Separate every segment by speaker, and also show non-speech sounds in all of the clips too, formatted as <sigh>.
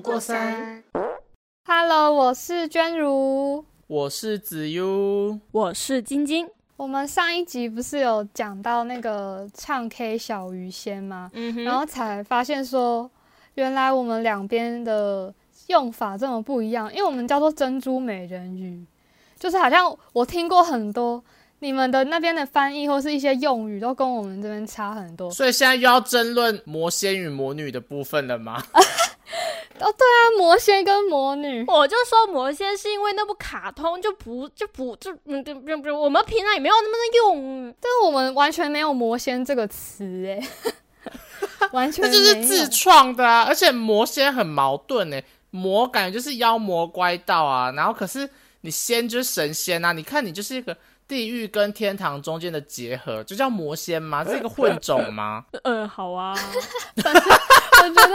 Speaker 1: 过三。
Speaker 2: Hello，我是娟如。
Speaker 3: 我是子悠，
Speaker 4: 我是晶晶，
Speaker 2: 我们上一集不是有讲到那个唱 K 小鱼仙吗？
Speaker 4: 嗯
Speaker 2: 然后才发现说，原来我们两边的用法这么不一样，因为我们叫做珍珠美人鱼，就是好像我听过很多你们的那边的翻译或是一些用语都跟我们这边差很多。
Speaker 3: 所以现在又要争论魔仙与魔女的部分了吗？
Speaker 2: 那魔仙跟魔女，
Speaker 4: 我就说魔仙是因为那部卡通就不就不就嗯对不不，我们平常也没有那么 <laughs> 用，
Speaker 2: 但我们完全没有魔仙这个词诶、
Speaker 3: <laughs>
Speaker 2: 完全
Speaker 3: 那就
Speaker 2: 没有
Speaker 3: 是自创的啊，而且魔仙很矛盾呢、魔感觉就是妖魔怪道啊，然后可是你仙就是神仙啊，你看你就是一个地狱跟天堂中间的结合，就叫魔仙吗？这是一个混种吗？
Speaker 4: 嗯，好 <laughs> 啊，
Speaker 2: 我觉得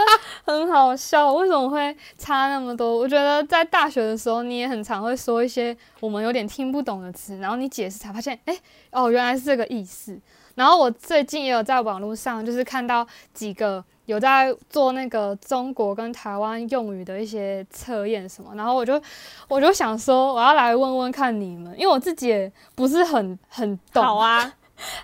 Speaker 2: 很好笑，为什么会差那么多？我觉得在大学的时候，你也很常会说一些我们有点听不懂的词，然后你解释才发现，哎、哦，原来是这个意思。然后我最近也有在网络上，就是看到几个有在做那个中国跟台湾用语的一些测验什么，然后我就我就想说，我要来问问看你们，因为我自己也不是很很懂。
Speaker 4: 好啊，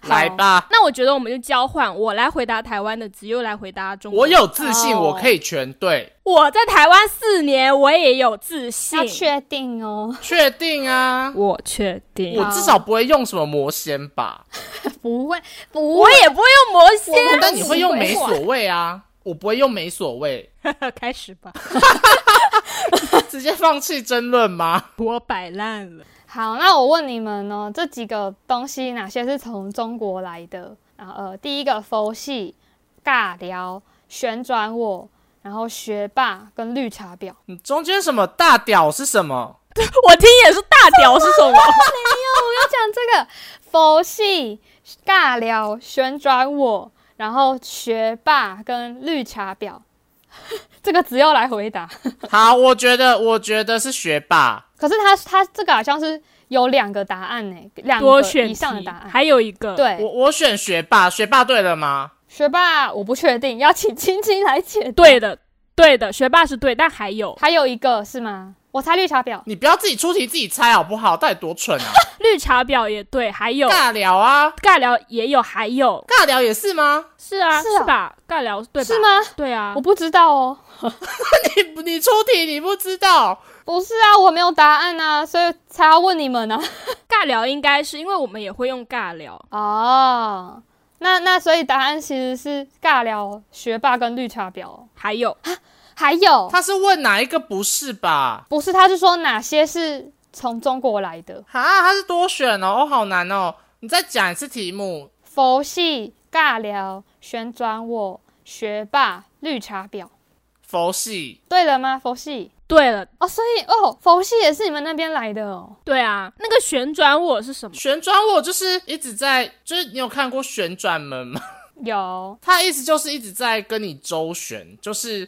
Speaker 2: 好
Speaker 3: <laughs> 来吧，
Speaker 4: <laughs> 那我觉得我们就交换，我来回答台湾的，子悠来回答中国。
Speaker 3: 我有自信，
Speaker 2: 哦
Speaker 3: 我可以全对，
Speaker 4: 我在台湾四年，我也有自信
Speaker 2: 要，确定哦，
Speaker 3: 确定啊，
Speaker 4: 我确定，
Speaker 3: 我至少不会用什么魔仙吧，
Speaker 2: <laughs> 不会，不会
Speaker 4: 我也不会用魔仙，
Speaker 2: 我们
Speaker 3: 但你会用没
Speaker 4: <laughs>
Speaker 2: 美
Speaker 3: 所谓啊，我不会用没所谓， <laughs>
Speaker 4: 开始吧，
Speaker 3: 直接放弃争论吗？
Speaker 4: 我摆烂了，
Speaker 2: 好，那我问你们呢，这几个东西哪些是从中国来的？然后呃，第一个佛系、尬聊、旋转我，然后学霸跟绿茶
Speaker 4: <laughs>
Speaker 2: 婊。
Speaker 3: 你中间什么大屌是什么？
Speaker 4: 我听也是大屌是什么？
Speaker 2: 我要讲这个佛系、尬聊、旋转我，然后学霸跟绿茶婊。 <laughs> 这个只有来回答，
Speaker 3: 好，我觉得，我觉得是学霸。
Speaker 2: 可是他他这个好像是有两个答案呢、两
Speaker 4: <laughs> 多
Speaker 2: 个
Speaker 4: 选
Speaker 2: 以
Speaker 4: 题
Speaker 2: 上的答，案。
Speaker 4: 还有一个，
Speaker 3: 我
Speaker 2: 对，
Speaker 3: 我选学霸，学霸对了吗？
Speaker 2: 学霸我不确定，要请青青来解答。
Speaker 4: 对的，对的，学霸是对，但还有
Speaker 2: 还有一个是吗？我猜绿茶婊。
Speaker 4: 嗯
Speaker 3: 你不要自己出题自己猜好不好？到底多蠢啊！
Speaker 4: 绿茶婊也对，还有
Speaker 3: 尬聊啊，
Speaker 4: 尬聊也有，还有
Speaker 3: 尬聊也是吗？
Speaker 4: 是啊，
Speaker 2: 是啊
Speaker 4: 是吧？尬聊对吧？
Speaker 2: 是？吗？
Speaker 4: 对啊
Speaker 2: 我，不知道哦。
Speaker 3: 你你出题你不知道，
Speaker 2: 不是啊，我没有答案啊，所以才要问你们啊。 <laughs>
Speaker 4: 尬聊应该是因为我们也会用尬聊，
Speaker 2: 哦，那那所以答案其实是尬聊、学霸跟绿茶婊哦，
Speaker 4: 还有
Speaker 2: 还有
Speaker 3: 他是问哪一个不是吧？
Speaker 2: 不是，他是说哪些是从中国来的？
Speaker 3: 啊，他是多选哦，哦好难哦。你再讲一次题目，
Speaker 2: 佛系、尬聊、旋转我、学霸、绿茶婊，
Speaker 3: 佛系
Speaker 2: 对了吗？佛系
Speaker 4: 对了，
Speaker 2: 哦，所以哦，佛系也是你们那边来的哦。
Speaker 4: 对啊，那个旋转我是什么？
Speaker 3: 旋转我就是一直在，就是你有看过旋转门吗？
Speaker 2: 有
Speaker 3: 他的意思就是一直在跟你周旋，就是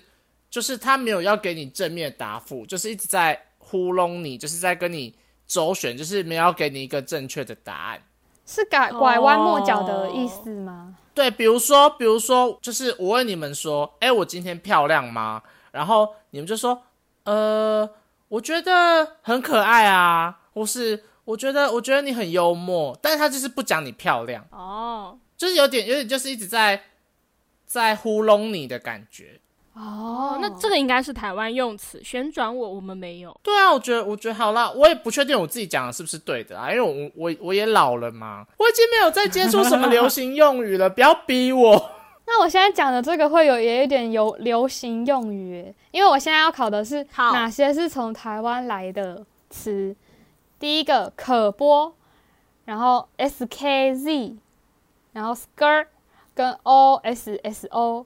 Speaker 3: 就是他没有要给你正面答复，就是一直在糊弄你，就是在跟你周旋，就是没有要给你一个正确的答案。
Speaker 2: 是拐拐弯抹角的意思吗？
Speaker 3: 对，比如说，比如说，就是我问你们说，哎，我今天漂亮吗？然后你们就说，呃，我觉得很可爱啊，或是我觉得我觉得你很幽默，但是他就是不讲你漂亮，
Speaker 4: 哦，
Speaker 3: 就是有点有点就是一直在在糊弄你的感觉。
Speaker 2: 哦
Speaker 4: 那这个应该是台湾用词，旋转我我们没有。
Speaker 3: 对啊，我觉得，我觉得好啦，我也不确定我自己讲的是不是对的啊，因为我我我也老了嘛，我已经没有再接触什么流行用语了，不 <laughs> 要逼我。
Speaker 2: 那我现在讲的这个会有也有一点有流行用语耶，因为我现在要考的是
Speaker 4: 好
Speaker 2: 哪些是从台湾来的词。第一个可播，然后 SKZ，然后 skirt 跟 OSSO，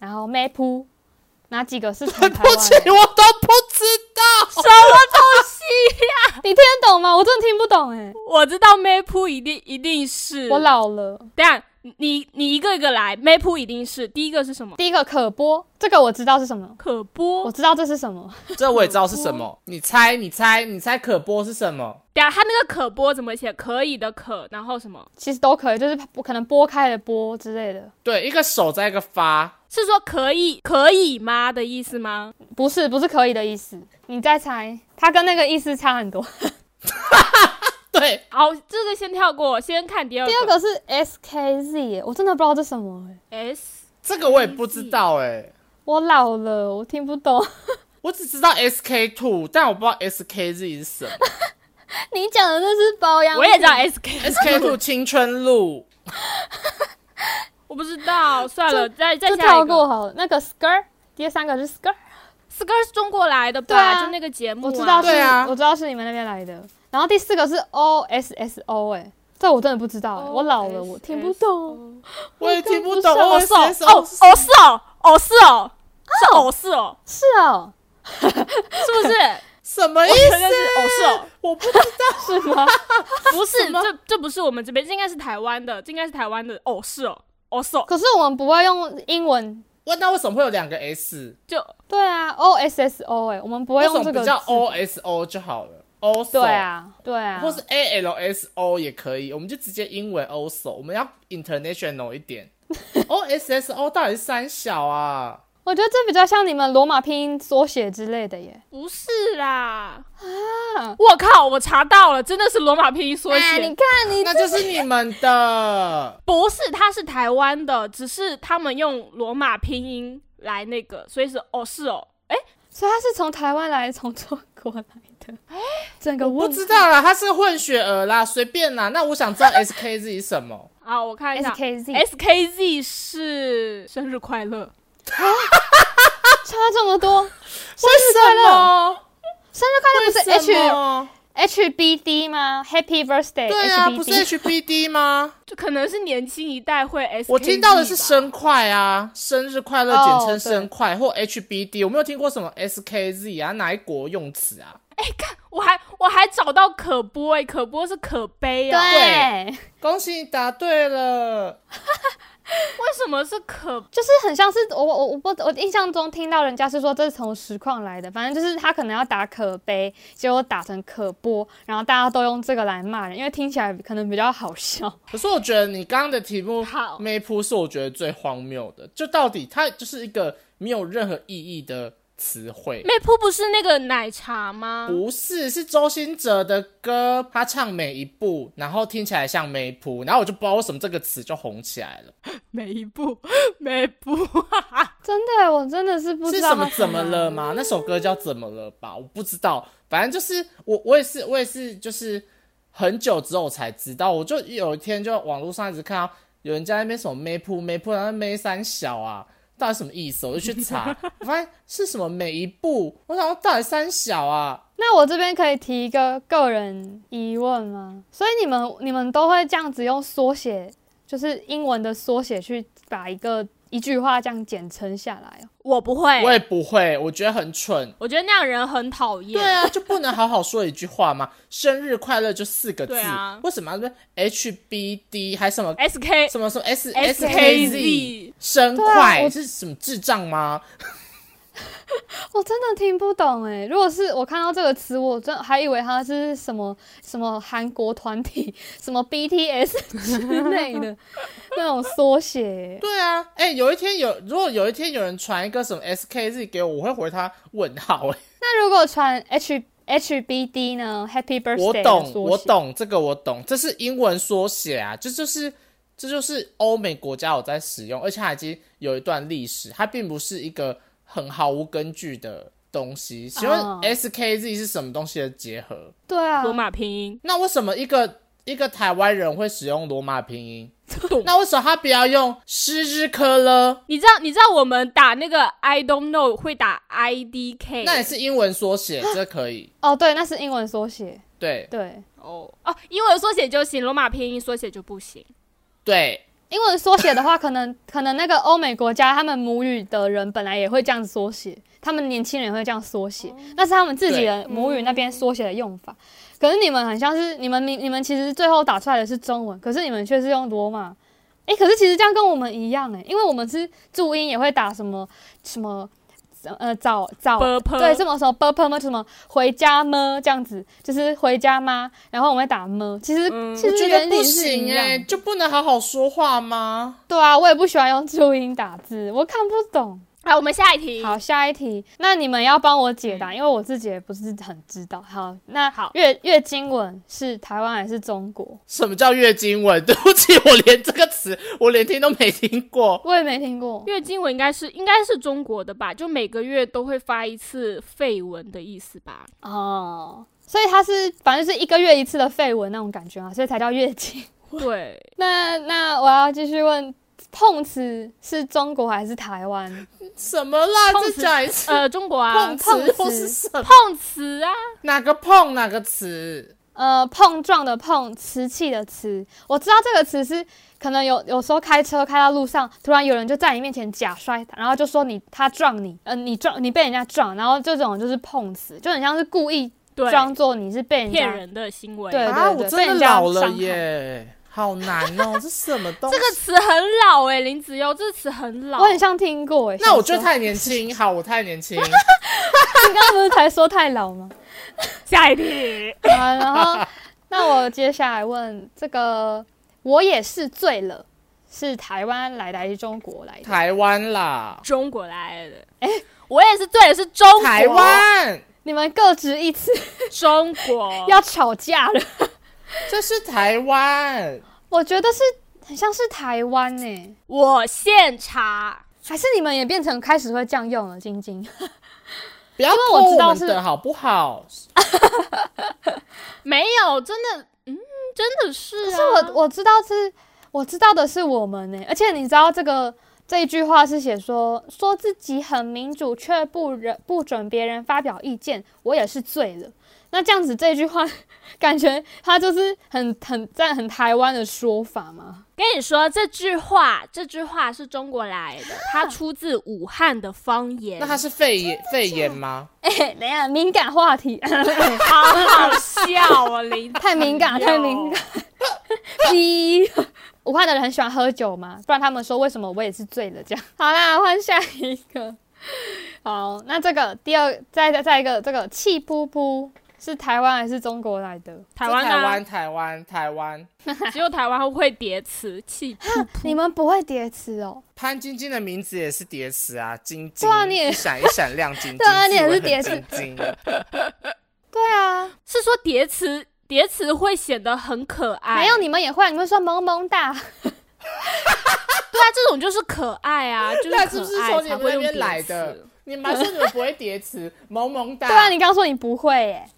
Speaker 2: 然后 map，哪几个是从台
Speaker 3: 不 <laughs>
Speaker 2: 湾
Speaker 3: 起，
Speaker 2: 来的？
Speaker 3: 我都不知道。
Speaker 2: 你听得懂吗？我真的听不懂哎，
Speaker 4: 我知道 Map 一定一定是，
Speaker 2: 我老了。
Speaker 4: 等一下你你一个一个来，Map 一定是第一个是什么？
Speaker 2: 第一个可播，这个我知道是什么，
Speaker 4: 可
Speaker 2: 我
Speaker 4: 播。
Speaker 2: 知道这是什么。
Speaker 3: 这我也知道是什么，你猜，你猜，你猜可播是什么？
Speaker 4: 等一下他那个可播怎么写？可以的可，然后什么？
Speaker 2: 其实都可以，就是可能拨开了拨之类的。
Speaker 3: 对，一个手在一个发，
Speaker 4: 是说可以可以吗的意思吗？
Speaker 2: 不是，不是可以的意思。你再猜，它跟那个意思差很多。
Speaker 3: 对，
Speaker 4: 好，这个先跳过，先看第二
Speaker 2: <laughs> 第二
Speaker 4: 个。
Speaker 2: 个是 SKZ，耶我真的不知道这什么耶、
Speaker 4: S
Speaker 3: 这个我也不知道哎、
Speaker 2: 我老了，我听不懂。
Speaker 3: 我只知道 SK two，但我不知道 SKZ 是什么。
Speaker 2: <laughs> 你讲的那是保养，
Speaker 4: 啊我也知道 SK，
Speaker 3: SK two 青春路，
Speaker 4: 我不知道，算了，再再
Speaker 2: 就
Speaker 4: 下
Speaker 2: 跳
Speaker 4: 一个
Speaker 2: 过。好了。那个 skirt，第三个是 skirt，
Speaker 4: Skirt 是中国来的
Speaker 2: 对
Speaker 4: 吧？
Speaker 2: 啊
Speaker 4: 就那个节目啊，
Speaker 2: 我知道是
Speaker 3: 对，啊
Speaker 2: 我知道是你们那边来的。然后第四个是 O S S O，哎，这我真的不知道耶，我老了，我听不懂。。
Speaker 3: 我也听不
Speaker 2: 跟
Speaker 3: 懂
Speaker 2: 不上
Speaker 4: 偶
Speaker 3: O
Speaker 4: 是
Speaker 3: S
Speaker 4: 哦
Speaker 3: S
Speaker 4: 哦
Speaker 3: O
Speaker 4: 哦是哦哦是哦是偶是哦，
Speaker 2: 是哦，
Speaker 4: 是不 <laughs> 是？
Speaker 3: 什么意
Speaker 4: 真的
Speaker 3: 思？啊
Speaker 4: 是偶是哦，
Speaker 3: 我不知道。
Speaker 2: <laughs> 是吗？
Speaker 4: 不是这这不是我们这边，这应该是台湾的，这应该是台湾的偶是哦偶是哦，
Speaker 2: 可是我们不会用英文。
Speaker 3: 哇，那为什么会有两个 S？
Speaker 4: 就
Speaker 2: 对啊，O S S O，哎，我们不会
Speaker 3: 为什
Speaker 2: 用这
Speaker 3: 么不
Speaker 2: 个
Speaker 3: 叫
Speaker 2: 字
Speaker 3: O S O 就好了？O
Speaker 2: 对，啊，对啊，
Speaker 3: 或是 A L S O 也可以，我们就直接英文 O S O，我们要 international 一点。O S S O 到底是三小啊？
Speaker 2: 我觉得这比较像你们罗马拼音缩写之类的耶。
Speaker 4: 不是啦我靠，我查到了，真的是罗马拼音缩
Speaker 2: 哎
Speaker 4: 写
Speaker 2: 你。看你
Speaker 3: 那就是你们的。
Speaker 4: 不是，它是台湾的，只是他们用罗马拼音来那个，所以是哦是哦，哎，
Speaker 2: 所以他是从台湾来，从中国来
Speaker 3: <laughs>
Speaker 2: 的。整个
Speaker 3: 不
Speaker 2: 问
Speaker 3: 知道啦，他是混血儿啦，随便啦。那我想知道 SKZ 是什么？
Speaker 4: 啊，我
Speaker 3: 哎
Speaker 4: 看一下
Speaker 2: SKZ
Speaker 4: SKZ 是生日快乐，
Speaker 2: 差这么多，
Speaker 3: 为什么？
Speaker 2: 生日快乐不
Speaker 3: 为
Speaker 2: 是
Speaker 3: 什
Speaker 2: H
Speaker 3: 么？
Speaker 2: H B D 吗？Happy Birthday
Speaker 3: 对啊，不
Speaker 2: H
Speaker 3: 是
Speaker 2: B D。
Speaker 3: HBD 吗？
Speaker 4: 就可能是年轻一代会 S。
Speaker 3: 我听到的是生快啊，生日快乐，
Speaker 2: 哦
Speaker 3: 简称生快或 HBD，我没有听过什么 SKZ 啊，哪一国用词啊？
Speaker 4: 哎我还我还找到可播哎、可播是可悲啊，
Speaker 2: 对，
Speaker 3: 恭喜你答对了，
Speaker 4: 为什么是可？
Speaker 2: 就是很像是我我我不我印象中听到人家是说这是从实况来的，反正就是他可能要打可悲，结果打成可播，然后大家都用这个来骂人，因为听起来可能比较好笑。 <laughs>
Speaker 3: 可是我觉得你刚刚的题目
Speaker 4: 好
Speaker 3: 那一铺是我觉得最荒谬的，就到底它就是一个没有任何意义的词汇。
Speaker 4: 妹铺不是那个奶茶吗？
Speaker 3: 不是，是周兴哲的歌，他唱每一步，然后听起来像梅普，然后我就不知道为什么这个词就红起来了，
Speaker 4: 每一步， <laughs> 每一步，
Speaker 2: 真的，我真的是不
Speaker 3: 是
Speaker 2: 知道
Speaker 3: 什
Speaker 2: 他
Speaker 3: 么怎么了吗？那首歌叫怎么了吧？我不知道，反正就是我，我也是，我也是，就是很久之后才知道，我就有一天就网络上一直看到有人在那边什么梅普梅普，然后梅三小啊。到底什么意思？我就去查，我发现是什么每一步，我想说到底三小啊，
Speaker 2: 那我这边可以提一个个人疑问吗？所以你们你们都会这样子用缩写，就是英文的缩写去把一个一句话这样简称下来哦。
Speaker 4: 我不会，
Speaker 3: 我也不会，我觉得很蠢。
Speaker 4: 我觉得那样人很讨厌。
Speaker 3: 对啊，就不能好好说一句话吗？生日快乐就四个字，
Speaker 4: 对啊
Speaker 3: 为什么要说 H B D 还什么
Speaker 4: s K
Speaker 2: <laughs>
Speaker 3: 什么什么 S
Speaker 4: S K
Speaker 3: K Z
Speaker 4: Z，
Speaker 3: 生
Speaker 2: 对啊
Speaker 3: 快、
Speaker 2: 我
Speaker 3: 是什么智障吗？
Speaker 2: 我真的听不懂哎。如果是我看到这个词，我真还以为它是什么什么韩国团体，什么 BTS 之类的那种缩写欸耶。
Speaker 3: 对啊，哎、有一天有如果有一天有人传一个什么 S K Z 给我，我会回他问号、哎
Speaker 2: 那如果传 H HBD 呢？Happy Birthday
Speaker 3: 我
Speaker 2: 的
Speaker 3: 懂，
Speaker 2: 缩
Speaker 3: 我
Speaker 2: 写。
Speaker 3: 懂，这个我懂，这是英文缩写啊，这就是这就是欧美国家有在使用，而且它已经有一段历史，它并不是一个很毫无根据的东西。请问
Speaker 2: 哦
Speaker 3: SKZ 是什么东西的结合？
Speaker 2: 对啊，
Speaker 4: 罗马拼
Speaker 3: <laughs>
Speaker 4: 音，
Speaker 3: 那为什么一个一个台湾人会使用罗马拼音？ <laughs> 那为什么他不要用诗之科勒？
Speaker 4: 你知道你知道我们打那个 I don't know 会打 I D K，
Speaker 3: 那也是英文缩写，这可
Speaker 2: <laughs>
Speaker 3: 以。
Speaker 2: 哦对，那是英文缩写。
Speaker 3: 对
Speaker 2: 对，
Speaker 4: 哦哦，英文缩写就行，罗马拼音缩写就不行。
Speaker 3: 对，
Speaker 2: 英文缩写的话，可能可能那个欧美国家他们母语的人本来也会这样缩写，他们年轻人也会这样缩
Speaker 3: 哦
Speaker 2: 写，那是他们自己的母语那边缩写的用法。可是你们很像是你们明你们其实最后打出来的是中文，可是你们却是用罗马。诶，可是其实这样跟我们一样诶，因为我们是注音也会打什么什么呃早早
Speaker 4: ，purple，
Speaker 2: 对，这么说 b p m 就什么回家么这样子，就是回家吗？然后我们会打么，其实、
Speaker 4: 嗯
Speaker 2: 其
Speaker 3: 我
Speaker 2: 实
Speaker 3: 觉
Speaker 2: 原
Speaker 3: 得
Speaker 2: 理
Speaker 3: 不
Speaker 2: 是一
Speaker 3: 行
Speaker 2: 样
Speaker 3: 哎、
Speaker 2: 的。
Speaker 3: 就不能好好说话吗？
Speaker 2: 对啊，我也不喜欢用注音打字，我看不懂。
Speaker 4: 好，我们下一题。
Speaker 2: 好，下一题，那你们要帮我解答，因为我自己也不是很知道。好，那
Speaker 4: 好
Speaker 2: 月月经文是台湾还是中国？
Speaker 3: 什么叫月经文？ <laughs> 对不起，我连这个词我连听都没听过。
Speaker 2: 我也没听过。
Speaker 4: 月经文应该是应该是中国的吧，就每个月都会发一次绯闻的意思吧。
Speaker 2: 哦，所以它是反正是一个月一次的绯闻那种感觉嘛，所以才叫月经。 <laughs>
Speaker 4: 对，
Speaker 2: 那那我要继续问，碰瓷是中国还是台湾？
Speaker 3: 什么啦？
Speaker 4: 碰
Speaker 3: 这
Speaker 4: 瓷
Speaker 3: 讲一次， <laughs>
Speaker 4: 呃，中国啊
Speaker 3: 碰，瓷
Speaker 2: 碰
Speaker 3: 又
Speaker 2: 瓷
Speaker 3: 是什么？
Speaker 4: 碰瓷啊，
Speaker 3: 哪个碰哪个词？
Speaker 2: 呃，碰撞的碰，瓷器的瓷。我知道这个词是可能有有时候开车开到路上，突然有人就在你面前假摔，然后就说你他撞你，呃，你撞你被人家撞，然后这种就是碰瓷，就很像是故意
Speaker 4: 对，
Speaker 2: 装作你是被人
Speaker 4: 骗
Speaker 2: 家。
Speaker 4: 人的行为。
Speaker 2: 对
Speaker 3: 啊，我
Speaker 2: 对
Speaker 3: 真
Speaker 2: 被人
Speaker 3: 的
Speaker 2: 家
Speaker 3: 老了
Speaker 2: 伤害
Speaker 3: 耶，好难哦，
Speaker 2: <laughs>
Speaker 3: 这什么东西？
Speaker 4: 这个词很老哎、林子悠，这个词很老。
Speaker 2: 我很像听过哎、
Speaker 3: 那我就
Speaker 2: 得
Speaker 3: 太年
Speaker 2: <laughs>
Speaker 3: 轻，好，我太年轻。
Speaker 2: 你刚刚不是才说太老吗？
Speaker 4: 下一题，
Speaker 2: 啊，然后那我接下来问这个，我也是醉了，是台湾来的还是中国来的？
Speaker 3: 台湾啦，
Speaker 4: 中国来的。哎、我也是对的，是中国，
Speaker 3: 台湾，
Speaker 2: 你们各执一词，
Speaker 4: 中国
Speaker 2: 要吵架了。
Speaker 3: 这是台湾。
Speaker 2: 我觉得是很像是台湾欸呢、
Speaker 4: 我现查。
Speaker 2: 还是你们也变成开始会这样用了？晶晶，
Speaker 3: 不要
Speaker 2: 我
Speaker 3: 偷
Speaker 2: 知道
Speaker 3: 们
Speaker 2: 是
Speaker 3: 的好不好？
Speaker 4: 没有，真的，嗯，真的是、啊。
Speaker 2: 可是我我知道是，我知道的是我们呢、欸而且你知道这个。这一句话是写说说自己很民主，却不忍不准别人发表意见，我也是醉了。那这样子这句话，感觉他就是很很在很台湾的说法嘛。
Speaker 4: 跟你说这句话，这句话是中国来的，它出自武汉的方言。
Speaker 3: 那它是肺炎肺炎吗？
Speaker 2: <laughs> 哎、等一下，敏感话题，
Speaker 4: 好好笑哦，
Speaker 3: <laughs>
Speaker 4: 林子悠
Speaker 2: <laughs> 太敏 <laughs> 感太敏感。逼， <laughs> 武汉的人很喜欢喝酒嘛，不然他们说为什么我也是醉了这样。 <laughs> 好啦，换下一个。好，那这个第二，再再再一个，这个气噗噗是台湾还是中国来的？
Speaker 4: 台
Speaker 3: 这
Speaker 4: 湾
Speaker 3: 台
Speaker 4: 啊
Speaker 3: 湾，台湾，台湾。
Speaker 4: 只有台湾会叠词，
Speaker 3: <laughs>
Speaker 4: 气噗
Speaker 2: 你们不会叠词哦？
Speaker 3: 潘晶晶的名字也是叠词啊，晶晶。
Speaker 2: 对啊你也
Speaker 3: 一闪一闪亮晶晶。
Speaker 2: <laughs> 对啊你也是
Speaker 3: 自以为
Speaker 2: 叠
Speaker 3: 很
Speaker 2: 词
Speaker 3: 晶晶。
Speaker 2: <laughs> 对啊，
Speaker 4: 是说叠词，叠词会显得很可爱。
Speaker 2: 没有你们也会，你们说萌萌哒，
Speaker 4: 对啊，这种就是可爱
Speaker 3: <laughs>
Speaker 4: 啊，就是可
Speaker 3: 那
Speaker 4: 爱
Speaker 3: 是不是从你
Speaker 4: 才
Speaker 3: 们
Speaker 4: 会
Speaker 3: 那
Speaker 4: 用叠
Speaker 3: 边
Speaker 4: 词
Speaker 3: 来的？ <laughs> 你们说你们不会
Speaker 2: <laughs>
Speaker 3: 叠词，萌萌哒。
Speaker 2: 对啊，你刚说你不会耶、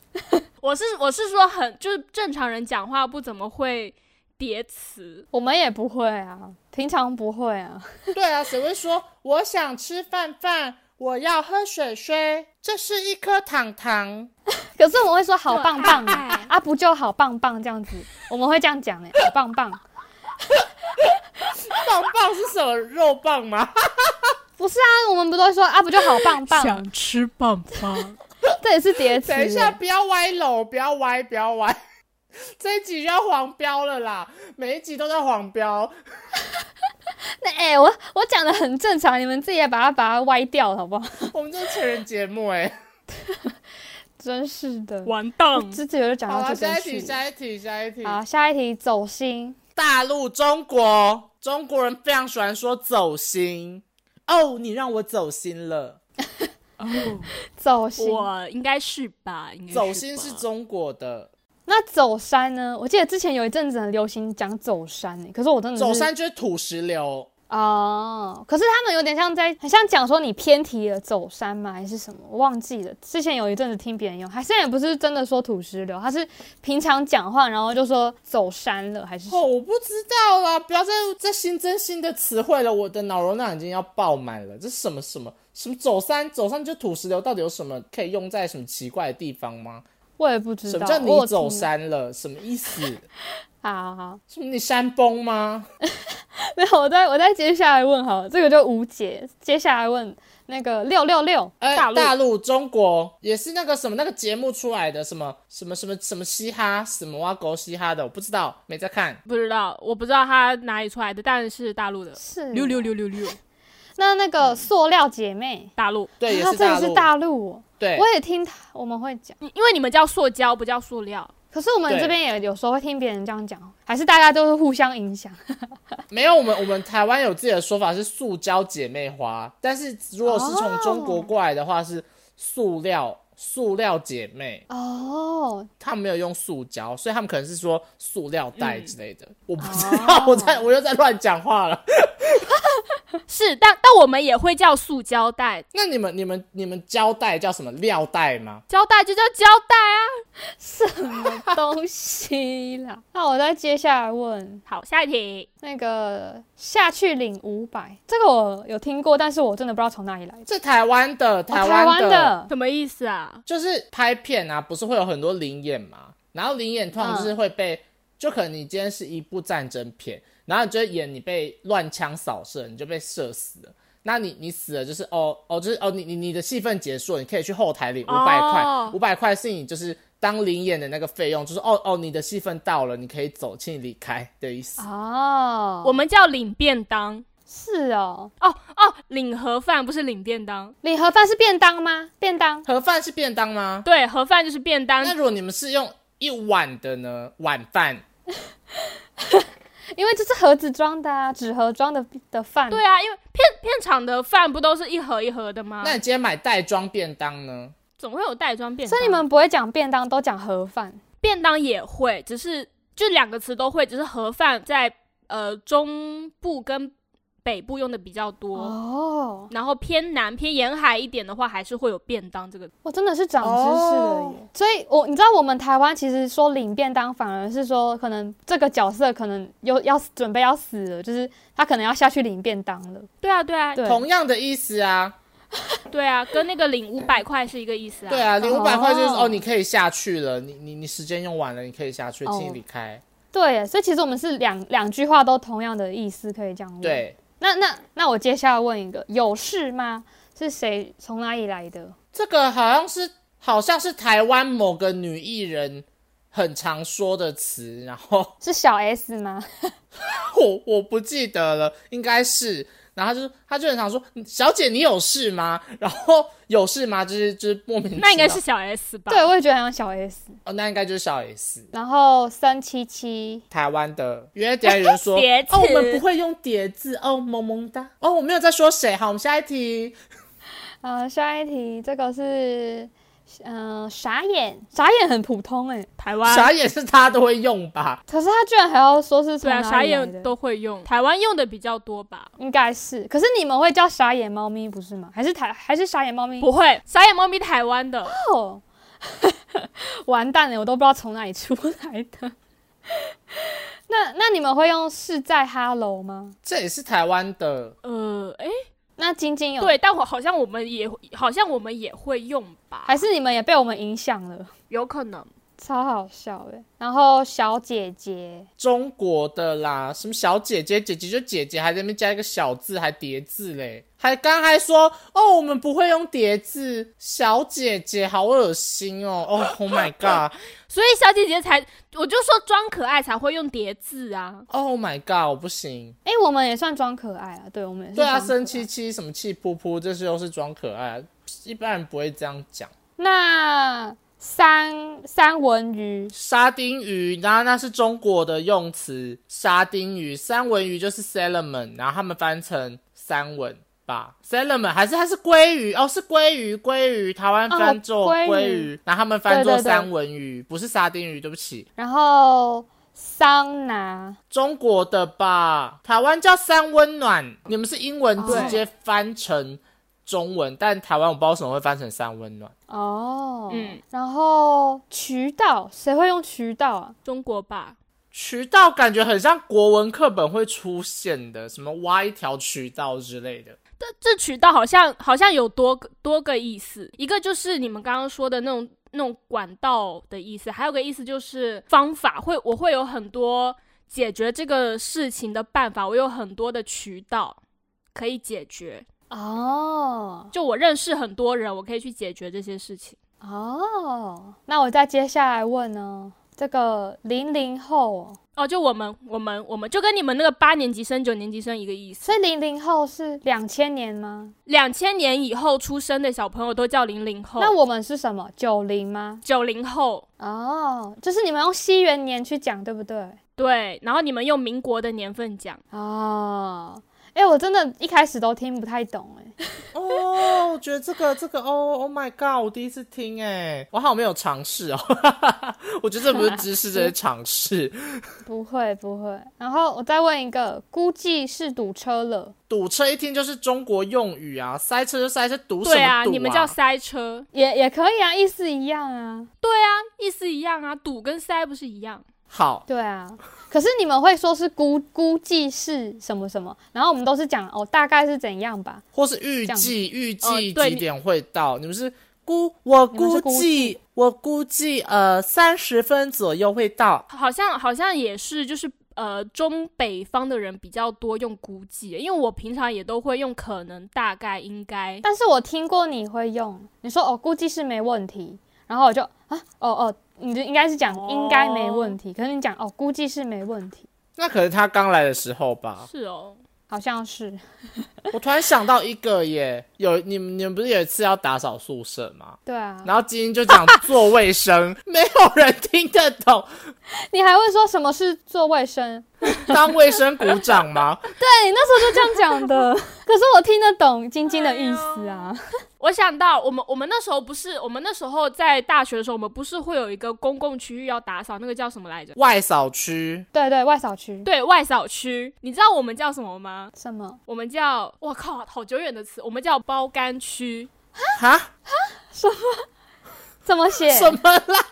Speaker 4: 我是我是说很，就是正常人讲话不怎么会叠词。
Speaker 2: 我们也不会啊，平常不会啊。
Speaker 3: 对啊，谁会说我想吃饭饭，我要喝水水，这是一颗糖糖。
Speaker 2: 可是我们会说好棒棒
Speaker 4: 可爱
Speaker 2: 啊，啊不就好棒棒这样子，我们会这样讲哎、好棒棒。
Speaker 3: 棒棒是什么肉棒吗？
Speaker 2: 不是啊，我们不都说啊不就好棒棒，
Speaker 4: 吃棒棒，
Speaker 2: 这也是叠词欸。
Speaker 3: <laughs> 等一下，不要歪楼，不要歪，不要歪。 <laughs> 这一集要黄标了啦，每一集都在黄标。 <laughs>
Speaker 2: 那哎、欸我我讲的很正常，你们自己也把它把它歪掉了好不好？ <laughs>
Speaker 3: 我们这是成人节目哎、
Speaker 2: 真是的，
Speaker 4: <laughs> 完蛋！
Speaker 2: 自己就讲
Speaker 3: 好
Speaker 2: 到
Speaker 3: 了，
Speaker 2: 这
Speaker 3: 下
Speaker 2: 边
Speaker 3: 一题，
Speaker 2: 去了。
Speaker 3: 下一题，下一题。
Speaker 2: 好，下一题走心，
Speaker 3: 大陆中国，中国人非常喜欢说走心。哦，你让我走心了。
Speaker 2: 走心。
Speaker 4: 我应该是吧，应该
Speaker 3: 走心是
Speaker 4: 吧
Speaker 3: 中国的，
Speaker 2: 那走山呢？我记得之前有一阵子很流行讲走山、欸，可是我真的是
Speaker 3: 走山就是土石流。
Speaker 2: 哦，可是他们有点像在很像讲说你偏题了走山吗？还是什么？我忘记了。之前有一阵子听别人用，还现在也不是真的说土石流，他是平常讲话然后就说走山了还是什么？
Speaker 3: 哦，我不知道啦，不要再再新增新的词汇了，我的脑容量已经要爆满了。这是什么什么什么走山走山就土石流，到底有什么可以用在什么奇怪的地方吗？
Speaker 2: 我也不知道。
Speaker 3: 什么叫
Speaker 2: 我有
Speaker 3: 你走
Speaker 2: 听？
Speaker 3: 山了？什么意思？
Speaker 2: 好好好，
Speaker 3: 是你山崩吗？
Speaker 2: <laughs> 没有，我再我再接下来问好了，这个就无解。接下来问那个六六六，
Speaker 3: 哎、
Speaker 4: 大陆
Speaker 3: 大陆、中国也是那个什么那个节目出来的，什么什么什么什么嘻哈，什么挖狗嘻哈的，我不知道，没在看。
Speaker 4: 不知道，我不知道他哪里出来的，但是大陆的
Speaker 2: 是啊
Speaker 4: 六六六六六，
Speaker 2: 那那个塑料姐妹，
Speaker 4: 大陆，
Speaker 3: 对，也
Speaker 2: 她
Speaker 3: 是
Speaker 2: 这
Speaker 3: 大
Speaker 2: 里
Speaker 3: 陆，
Speaker 2: 是大陆哦，
Speaker 3: 对
Speaker 2: 我也听她我们会讲，
Speaker 4: 嗯因为你们叫塑胶，不叫塑料。
Speaker 2: 可是我们
Speaker 3: 对
Speaker 2: 这边也有时候会听别人这样讲，还是大家都是互相影响。
Speaker 3: 没有，我们我们台湾有自己的说法是塑胶姐妹花，但是如果是从中国过来的话是塑料塑料姐妹，
Speaker 2: 哦，
Speaker 3: 他们没有用塑胶，所以他们可能是说塑料袋之类的，我不知
Speaker 2: 哦
Speaker 3: 道，我在我又在乱讲话了。 <laughs>
Speaker 4: 是，但但我们也会叫塑胶袋，
Speaker 3: 那你们你们你们胶带叫什么料带吗？
Speaker 4: 胶带就叫胶带啊。
Speaker 2: 什么东西啦？ <laughs> 那我再接下来问
Speaker 4: 好，下一题，
Speaker 2: 那个下去领五百，这个我有听过，但是我真的不知道从哪里来的。
Speaker 3: 这台湾的
Speaker 2: 哦台
Speaker 3: 湾的,、
Speaker 2: 的，
Speaker 4: 什么意思啊？
Speaker 3: 就是拍片啊，不是会有很多灵眼嘛？然后灵眼通
Speaker 4: 嗯
Speaker 3: 常就是会被，就可能你今天是一部战争片，然后你就演你被乱枪扫射，你就被射死了。那你你死了就是哦哦就是哦你你你的戏份结束了，你可以去后台领五百
Speaker 4: 哦
Speaker 3: 块，五百块是你就是当灵眼的那个费用，就是哦哦你的戏份到了，你可以走，请你离开的意思。
Speaker 2: 哦，
Speaker 4: 我们叫领便当。
Speaker 2: 是哦，
Speaker 4: 哦哦，领盒饭不是领便当，
Speaker 2: 礼盒饭是便当吗？便当
Speaker 3: 盒饭是便当吗？
Speaker 4: 对，盒饭就是便当
Speaker 3: 那。如果你们是用一碗的呢？晚饭
Speaker 2: 因为这是盒子装的啊，纸盒装的的饭。
Speaker 4: 对啊，因为片片场的饭不都是一盒一盒的吗？
Speaker 3: 那你今天买袋装便当呢？
Speaker 4: 总会有袋装便当。
Speaker 2: 所以你们不会讲便当，都讲盒饭。
Speaker 4: 便当也会，只是就两个词都会，只是盒饭在呃中部跟北部用的比较多。
Speaker 2: 哦，
Speaker 4: 然后偏南偏沿海一点的话，还是会有便当这个。
Speaker 2: 我真的是长知识了
Speaker 4: 哦
Speaker 2: 耶！所以我，你知道我们台湾其实说领便当，反而是说可能这个角色可能又要准备要死了，就是他可能要下去领便当了。
Speaker 4: 对啊，对啊，
Speaker 2: 对，
Speaker 3: 同样的意思啊，
Speaker 4: 对啊，跟那个领五百块是一个意思啊。
Speaker 3: 对，啊，领五百块就是
Speaker 2: 哦
Speaker 3: 哦，你可以下去了，你你你时间用完了，你可以下去，
Speaker 2: 哦
Speaker 3: 请你离开。
Speaker 2: 对耶，所以其实我们是两两句话都同样的意思，可以这样问。，
Speaker 4: 哦
Speaker 3: 对，
Speaker 2: 那那那我接下来问一个，有事吗？是谁从哪里来的？
Speaker 3: 这个好像是好像是台湾某个女艺人很常说的词，然后 <laughs>
Speaker 2: 是小 S 吗？
Speaker 3: 我我不记得了，应该是。然后她就她就很常说：“小姐，你有事吗？”然后有事吗？就是就是莫名其妙。
Speaker 4: 那应该是小 S 吧？
Speaker 2: 对，我也觉得好像小 S。
Speaker 3: 哦，那应该就是小 S。
Speaker 2: 然后三七七，
Speaker 3: 台湾的，因为底下有人
Speaker 4: <laughs>
Speaker 3: 说
Speaker 4: 叠，字
Speaker 3: 哦，我们不会用叠字，哦，萌萌哒，哦，我没有在说谁，好，我们下一题，
Speaker 2: 啊，下一题，这个是，嗯、傻眼，傻眼很普通哎、
Speaker 4: 台湾。
Speaker 3: 傻眼是他都会用吧？
Speaker 2: 可是他居然还要说是从
Speaker 4: 对
Speaker 2: 哪
Speaker 4: 啊，
Speaker 2: 里
Speaker 4: 傻
Speaker 2: 来的
Speaker 4: 眼都会用，台湾用的比较多吧？
Speaker 2: 应该是，可是你们会叫傻眼猫咪不是吗？还是台还是傻眼猫咪？
Speaker 4: 不会，傻眼猫咪台湾的，
Speaker 2: 哦， <laughs> 完蛋了，我都不知道从哪里出来的。 <laughs> 那那你们会用是在哈喽吗？
Speaker 3: 这也是台湾的，
Speaker 4: 呃，哎，
Speaker 2: 那晶晶有
Speaker 4: 对，但我好像我们也好像我们也会用吧？
Speaker 2: 还是你们也被我们影响了？
Speaker 4: 有可能
Speaker 2: 超好笑的。然后小姐姐，
Speaker 3: 中国的啦，什么小姐姐、姐姐就姐姐，还在那边加一个小字，还叠字嘞，还刚还说，哦，我们不会用叠字，小姐姐好恶心哦，哦，Oh my god，Oh
Speaker 4: 所以小姐姐才，我就说装可爱才会用叠字啊。
Speaker 3: 哦，oh my god，我不行，
Speaker 2: 哎、我们也算装可爱啊，对，我们也是
Speaker 3: 对啊，
Speaker 2: 装可爱
Speaker 3: 生气。气什么气噗噗，这是又是装可爱，一般人不会这样讲。
Speaker 2: 那三三文鱼，
Speaker 3: 沙丁鱼，然后那是中国的用词，沙丁鱼，三文鱼就是 salmon，然后他们翻成三文吧，salmon 还是它是鲑鱼哦，是鲑鱼，鲑鱼，台湾翻作
Speaker 2: 哦鲑鱼
Speaker 3: 鲑鱼，然后他们翻作
Speaker 2: 对对对
Speaker 3: 三文鱼，不是沙丁鱼，对不起，
Speaker 2: 然后桑拿，
Speaker 3: 中国的吧，台湾叫三温暖，你们是英文直接翻成中文，但台湾我不知道为什么会翻成三温暖，
Speaker 2: 哦，
Speaker 4: 嗯，
Speaker 2: 然后渠道，谁会用渠道啊？
Speaker 4: 中国吧，
Speaker 3: 渠道感觉很像国文课本会出现的，什么挖一条渠道之类的。
Speaker 4: 这这渠道好像好像有多个多个意思，一个就是你们刚刚说的那种那种管道的意思，还有个意思就是方法，会我会有很多解决这个事情的办法，我有很多的渠道可以解决。
Speaker 2: 哦
Speaker 4: 就我认识很多人，我可以去解决这些事情。
Speaker 2: 哦，那我再接下来问呢，这个零零后哦，
Speaker 4: 哦，就我们我们我们就跟你们那个八年级生、九年级生一个意思。
Speaker 2: 所以零零后是两千年吗？
Speaker 4: 两千年以后出生的小朋友都叫零零后，
Speaker 2: 那我们是什么？九零吗？
Speaker 4: 九零后
Speaker 2: 哦，就是你们用西元年去讲，对不对？
Speaker 4: 对，然后你们用民国的年份讲，
Speaker 2: 哦，哎、我真的一开始都听不太懂、哎，
Speaker 3: <laughs> 哦，我觉得这个这个哦，Oh my god，我第一次听哎，我好没有尝试哦， <laughs> 我觉得这不是知识，这是尝试。
Speaker 2: 不会不会。然后我再问一个，估计是堵车了，
Speaker 3: 堵车一听就是中国用语啊，塞车就塞车，堵什么
Speaker 4: 对
Speaker 3: 堵
Speaker 4: 啊，你们叫塞车，
Speaker 2: 也也可以啊，意思一样啊，
Speaker 4: 意思一样啊，堵跟塞不是一样？
Speaker 3: 好，
Speaker 2: 对啊。可是你们会说是估估计是什么什么，然后我们都是讲哦，大概是怎样吧。
Speaker 3: 或是预
Speaker 2: 这样
Speaker 3: 计预
Speaker 4: 哦
Speaker 3: 计
Speaker 4: 对
Speaker 3: 几
Speaker 4: 你
Speaker 3: 点会到？你们是估我
Speaker 2: 你们
Speaker 3: 估
Speaker 2: 是估
Speaker 3: 计我估计呃三十分左右会到。
Speaker 4: 好像好像也是，就是呃，中北方的人比较多用估计，因为我平常也都会用可能、大概、应该。
Speaker 2: 但是我听过你会用，你说哦，估计是没问题，然后我就啊，哦哦，你就应该是讲
Speaker 4: 哦
Speaker 2: 应该没问题，可是你讲哦，估计是没问题，
Speaker 3: 那可能他刚来的时候吧。
Speaker 4: 是哦，
Speaker 2: 好像是
Speaker 3: 我突然想到一个耶，有你们你们不是有一次要打扫宿舍吗？
Speaker 2: 对啊。
Speaker 3: 然后基因就讲做
Speaker 4: <laughs>
Speaker 3: 卫生，没有人听得懂，
Speaker 2: 你还会说什么是做卫生？
Speaker 3: 当卫生鼓掌吗？
Speaker 2: 对，那时候就这样讲 <laughs> 的。可是我听得懂晶晶的意思啊。
Speaker 4: 我想到我们我们那时候不是我们那时候在大学的时候，我们不是会有一个公共区域要打扫，那个叫什么来着？
Speaker 3: 外扫区
Speaker 2: 对对，外扫区。
Speaker 4: 对外扫区，你知道我们叫什么吗？
Speaker 2: 什么？
Speaker 4: 我们叫我靠，好久远的词，我们叫包干区。
Speaker 3: 哈
Speaker 2: 怎么写？
Speaker 3: 什么啦？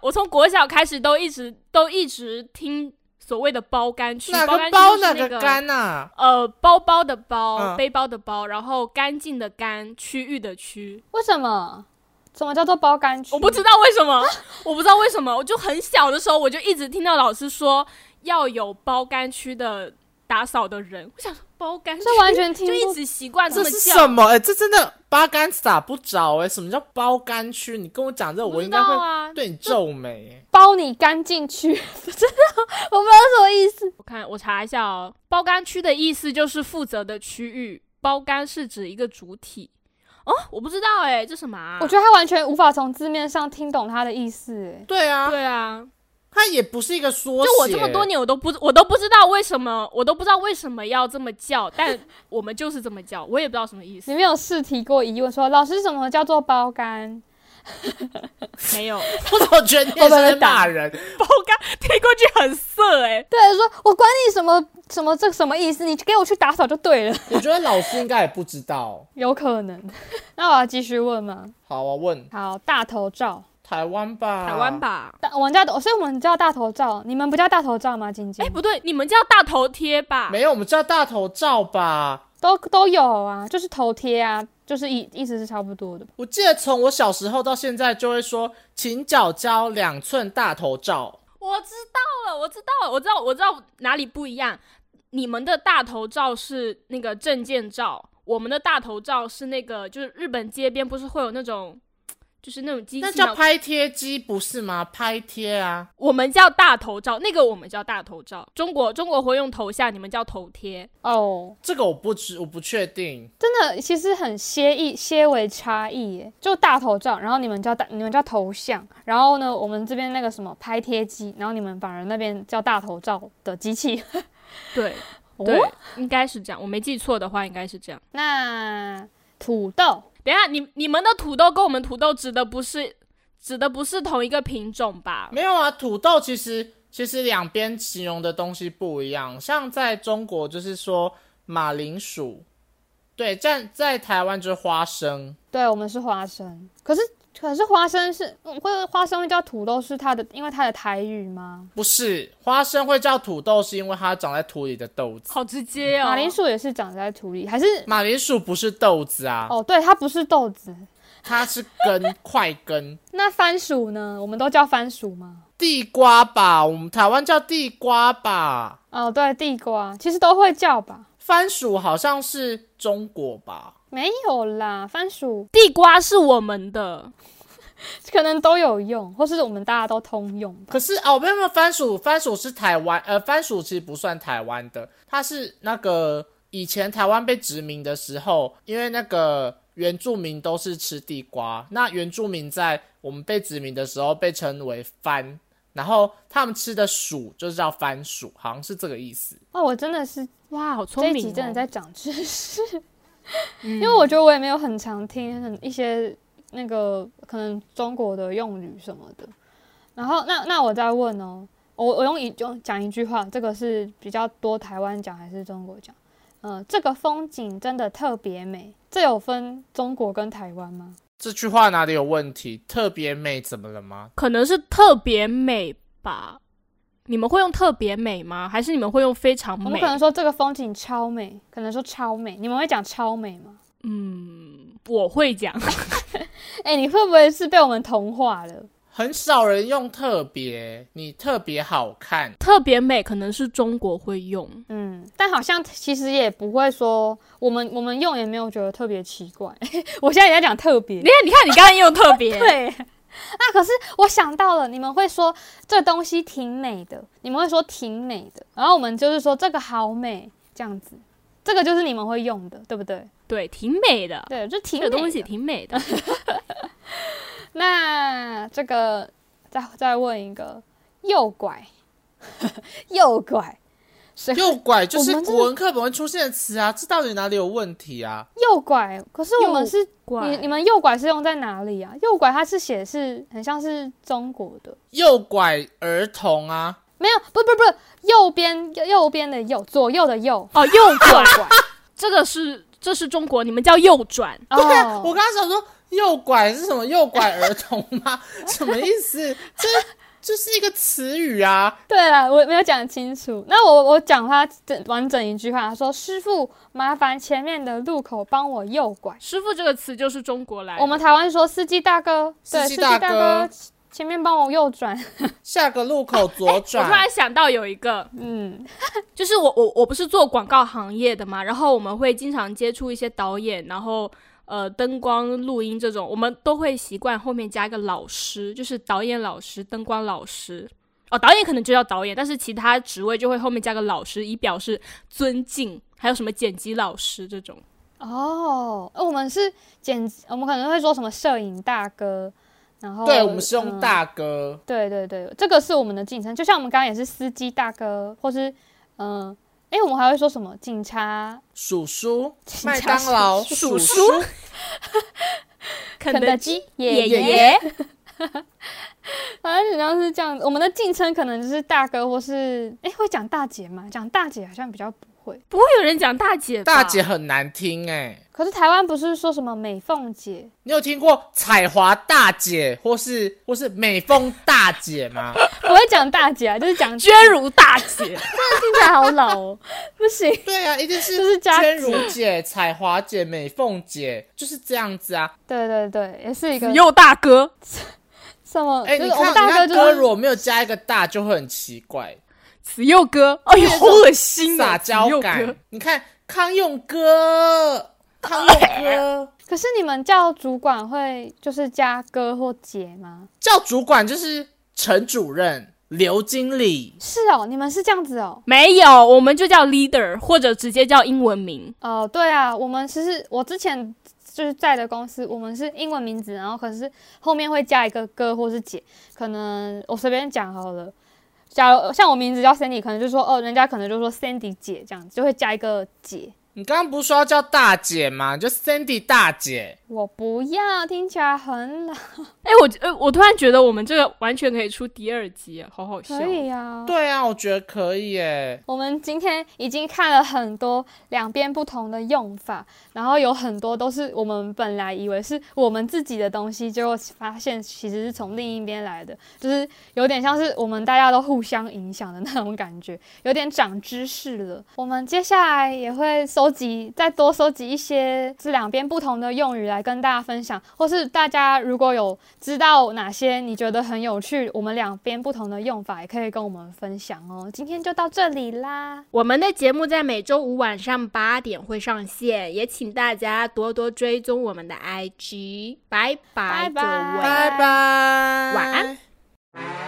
Speaker 4: 我从国小开始都一直都一直听所谓的包干区，
Speaker 3: 哪
Speaker 4: 包
Speaker 3: 个
Speaker 4: 干
Speaker 3: 包
Speaker 4: 区
Speaker 3: 哪
Speaker 4: 就是
Speaker 3: 个
Speaker 4: 那个
Speaker 3: 干啊呐、
Speaker 4: 呃，包包的包，
Speaker 3: 嗯
Speaker 4: 背包的包，然后干净的干，区域的区，
Speaker 2: 为什么？什么叫做包干区？
Speaker 4: 我不知道为什么，我不知道为什么，我就很小的时候我就一直听到老师说要有包干区的打扫的人，我想说包干区
Speaker 2: 这完全听
Speaker 4: 就一
Speaker 2: 不。
Speaker 4: 直习惯这
Speaker 3: 这
Speaker 4: 么
Speaker 3: 是
Speaker 4: 叫
Speaker 3: 什，么？哎、这真的八竿子打不着哎、什么叫包干区？你跟我讲这个，
Speaker 4: 不
Speaker 3: 我
Speaker 4: 知
Speaker 3: 应
Speaker 4: 道
Speaker 3: 该会
Speaker 4: 啊。
Speaker 3: 对你皱眉、哎
Speaker 2: 包你干净区， <laughs> 不知道，我不知道什么意思。
Speaker 4: 我看我查一下哦，包干区的意思就是负责的区域，包干是指一个主体。哦，我不知道哎、这什么、啊？
Speaker 2: 我觉得他完全无法从字面上听懂他的意思。哎
Speaker 3: 对啊，
Speaker 4: 对啊，
Speaker 3: 它也不是一个缩写。
Speaker 4: 就我这么多年，我都不我都不知道为什么，我都不知道为什么要这么叫，但我们就是这么叫，我也不知道什么意
Speaker 2: 你 <laughs>
Speaker 4: 思，
Speaker 2: 没有试提过疑问说，老师什么叫做包干？
Speaker 4: 没有
Speaker 3: <laughs> 我总觉得你也是在
Speaker 4: <laughs>
Speaker 3: 骂人。
Speaker 4: 包干听过去很色哎、
Speaker 2: 对，说我管你什么什么这什么意思，你给我去打扫就对了。
Speaker 3: 我觉得老师应该也不知道。
Speaker 2: 有可能。那我要继续问吗？
Speaker 3: 好啊，问
Speaker 2: 好，大头照，
Speaker 3: 台湾吧，
Speaker 4: 台湾。吧？
Speaker 2: 大我们叫，所以我们叫大头照，你们不叫大头照吗？晶晶，
Speaker 4: 哎、不对，你们叫大头贴吧？
Speaker 3: 没有，我们叫大头照吧。
Speaker 2: 都都有啊，就是头贴啊，就是意意思是差不多的。
Speaker 3: 我记得从我小时候到现在，就会说“请脚交两寸大头照
Speaker 4: 我知道了，我知道了，我知道，我知道哪里不一样。你们的大头照是那个证件照，我们的大头照是那个，就是日本街边不是会有那种，就是那种”，机器
Speaker 3: 那
Speaker 4: 吗
Speaker 3: 叫拍贴机不是吗？拍贴啊，
Speaker 4: 我们叫大头照，那个我们叫大头照。中国中国会用头像，你们叫头贴。
Speaker 2: 哦，
Speaker 3: 这个我不知，我不确定。
Speaker 2: 真的，其实很些异，些微差异耶。就大头照，然后你们叫大，你们叫头像，然后呢，我们这边那个什么拍贴机，然后你们反而那边叫大头照的机器。
Speaker 4: 对 <laughs> 对，
Speaker 2: 哦，
Speaker 4: 应该是这样。我没记错的话，应该是这样。
Speaker 2: 那土豆
Speaker 4: 等一下，你你们的土豆跟我们土豆指的不是指的不是同一个品种吧？
Speaker 3: 没有啊，土豆其实其实两边形容的东西不一样，像在中国就是说马铃薯，对，在在台湾就是花生。
Speaker 2: 对，我们是花生。可是可是花生是嗯会花生会叫土豆是它的，因为它的台语吗？
Speaker 3: 不是，花生会叫土豆，是因为它长在土里的豆子。
Speaker 4: 好直接哦。
Speaker 2: 马铃薯也是长在土里，还是
Speaker 3: 马铃薯不是豆子啊，
Speaker 2: 哦？对，它不是豆子。
Speaker 3: 它是根， <laughs> 块根。
Speaker 2: 那番薯呢？我们都叫番薯吗？
Speaker 3: 地瓜吧，我们台湾叫地瓜吧。
Speaker 2: 哦，对，地瓜其实都会叫吧？
Speaker 3: 番薯好像是中国吧？
Speaker 2: 没有啦，番薯
Speaker 4: 地瓜是我们的，
Speaker 2: 可能都有用，或是我们大家都通用吧。
Speaker 3: 可是哦，没有没有，番薯番薯是台湾，呃，番薯其实不算台湾的，它是那个以前台湾被殖民的时候，因为那个原住民都是吃地瓜，那原住民在我们被殖民的时候被称为番，然后他们吃的薯就是叫番薯，好像是这个意思。
Speaker 2: 哦，我真的是
Speaker 4: 哇，好
Speaker 2: 这
Speaker 4: 聪
Speaker 2: 一
Speaker 4: 明、
Speaker 2: 集
Speaker 4: 哦！
Speaker 2: 真的在长知识， <laughs> 因为我觉得我也没有很常听很一些那个可能中国的用语什么的。然后那那我再问哦，我我用一用讲一句话，这个是比较多台湾讲还是中国讲？嗯、这个风景真的特别美，这有分中国跟台湾吗？
Speaker 3: 这句话哪里有问题？特别美怎么了吗？
Speaker 4: 可能是特别美吧？你们会用特别美吗？还是你们会用非常
Speaker 2: 我们
Speaker 4: 美
Speaker 2: 可？能说这个风景超美，可能说超美，你们会讲超美吗？
Speaker 4: 嗯，我会
Speaker 2: <laughs>
Speaker 4: 讲，
Speaker 2: 哎、你会不会是被我们同化了？
Speaker 3: 很少人用特别，你特别好看，
Speaker 4: 特别美可能是中国会用，
Speaker 2: 嗯，但好像其实也不会说我们我们用也没有觉得特别奇怪。 <laughs> 我现在也在讲特别
Speaker 4: 你，看，你看，你刚才也有特 <laughs> 别，
Speaker 2: 对。 <laughs> 啊，可是我想到了，你们会说这东西挺美的，你们会说挺美的，然后我们就是说这个好美这样子，这个就是你们会用的，对不对？
Speaker 4: 对，挺美的，
Speaker 2: 对，就挺
Speaker 4: 啊这
Speaker 2: 美
Speaker 4: 个
Speaker 2: 的
Speaker 4: 东西挺美的。
Speaker 2: 那这个再再问一个，
Speaker 4: <laughs>
Speaker 2: 右拐，右拐，谁会
Speaker 3: 右拐就
Speaker 2: 我
Speaker 3: 是
Speaker 2: 们真的
Speaker 3: 古文课本会出现的词啊，这到底哪里有问题啊？
Speaker 2: 右拐？可是我们
Speaker 4: 右
Speaker 2: 是
Speaker 4: 乖
Speaker 2: <laughs> 你你们右拐是用在哪里啊？右拐它是写是很像是中国的，
Speaker 3: 右拐儿童啊，
Speaker 2: 没有，不不不，右边右右边的右，左右的右，
Speaker 4: 哦，右
Speaker 2: 右
Speaker 4: 转，
Speaker 2: 拐。
Speaker 4: 这个是这是中国，你们叫右转。
Speaker 3: 对啊，
Speaker 2: 哦，
Speaker 3: 我刚刚想说右拐是什么？右拐儿童吗？什么意思？这就是一个词语啊。
Speaker 2: 对了，我没有讲清楚。那我我讲他整完整一句话，他说：“师傅，麻烦前面的路口帮我右拐。
Speaker 4: 师傅这个词就是中国”来的，
Speaker 2: 我们台湾说司机大哥，对，
Speaker 3: 司
Speaker 2: 司
Speaker 3: 机
Speaker 2: 机
Speaker 3: 大
Speaker 2: 大
Speaker 3: 哥
Speaker 2: 哥，前面帮我右转。
Speaker 3: 下个路口左
Speaker 4: <laughs> 我突然
Speaker 3: 转，
Speaker 4: 想到有一个，
Speaker 2: 嗯，
Speaker 4: 就是我我我不是做广告行业的嘛，然后我们会经常接触一些导演，然后呃灯光、录音这种，我们都会习惯后面加一个老师，就是导演老师、灯光老师。哦，导演可能就叫导演，但是其他职位就会后面加个老师，以表示尊敬。还有什么剪辑老师这种，
Speaker 2: 哦，呃我们是剪，我们可能会说什么摄影大哥，然后
Speaker 3: 对我们是用
Speaker 2: 嗯
Speaker 3: 大哥。
Speaker 2: 对对对，这个是我们的进程，就像我们刚刚也是司机大哥，或是嗯，哎、我们还会说什么警察、
Speaker 3: 叔叔，
Speaker 2: 警察
Speaker 3: 麦当劳，
Speaker 4: 叔叔
Speaker 3: 叔叔，
Speaker 4: 肯
Speaker 2: 肯德
Speaker 4: 德
Speaker 2: 基
Speaker 4: 爷
Speaker 2: 爷
Speaker 4: 爷
Speaker 2: 爷，反正好像是这样子。我们的进程可能就是大哥，或是哎、会讲大姐吗？讲大姐好像比较不会。
Speaker 4: 不会有人讲大姐吧，
Speaker 3: 大姐很难听哎、
Speaker 2: 可是台湾不是说什么美凤姐？
Speaker 3: 你有听过彩华大姐或是或是美凤大姐
Speaker 2: <laughs>
Speaker 3: 吗？
Speaker 2: 不会讲大姐啊，就是
Speaker 3: <laughs>
Speaker 2: 讲听
Speaker 4: 娟如大
Speaker 2: <laughs>
Speaker 4: 姐，
Speaker 2: 起来好老哦，不行。
Speaker 3: 对啊，一定是
Speaker 2: 就是加
Speaker 3: 娟如姐、彩华姐、美凤姐，就是这样子啊。
Speaker 2: 对对对，也是一个
Speaker 4: 又大哥，
Speaker 2: 什么？
Speaker 3: 哎、
Speaker 2: 哦就
Speaker 3: 你
Speaker 2: 是我
Speaker 3: 看，
Speaker 2: 们
Speaker 3: 你
Speaker 2: 大
Speaker 3: 看
Speaker 2: 哥
Speaker 3: 哥
Speaker 2: 就是
Speaker 3: 如果没有加一个大，就会很奇怪，
Speaker 4: 慈幼哥，哎呦，好恶心
Speaker 3: 撒
Speaker 4: 啊！慈
Speaker 3: 娇
Speaker 4: 幼哥
Speaker 3: 感。你看康永哥，康
Speaker 2: <laughs>
Speaker 3: 永哥
Speaker 2: 可是你们叫主管会就是加哥或姐吗？
Speaker 3: 叫主管就是陈主任、刘经理，
Speaker 2: 是哦，你们是这样子哦。
Speaker 4: 没有，我们就叫 leader，或者直接叫英文名。
Speaker 2: 哦，对啊，我们其实我之前就是在的公司，我们是英文名字，然后可是后面会加一个哥或是姐，可能我随便讲好了。假如像我名字叫 Sandy，可能就说哦，人家可能就说 Sandy 姐这样子，就会加一个姐。
Speaker 3: 你刚刚不是说要叫大姐吗？你就 Sandy 大姐，
Speaker 2: 我不要，听起来很老。
Speaker 4: 哎，我呃，我突然觉得我们这个完全可以出第二集，好好笑。
Speaker 2: 可以啊。
Speaker 3: 对啊，我觉得可以耶。
Speaker 2: 我们今天已经看了很多两边不同的用法，然后有很多都是我们本来以为是我们自己的东西，结果发现其实是从另一边来的，就是有点像是我们大家都互相影响的那种感觉，有点长知识了。我们接下来也会收收集，再多收集一些这两边不同的用语来跟大家分享，或是大家如果有知道哪些你觉得很有趣，我们两边不同的用法也可以跟我们分享哦。今天就到这里啦，
Speaker 4: 我们的节目在每周五晚上八点会上线，也请大家多多追踪我们的 IG。拜拜，
Speaker 2: 拜拜
Speaker 4: 各位
Speaker 3: 拜拜，
Speaker 4: 晚安。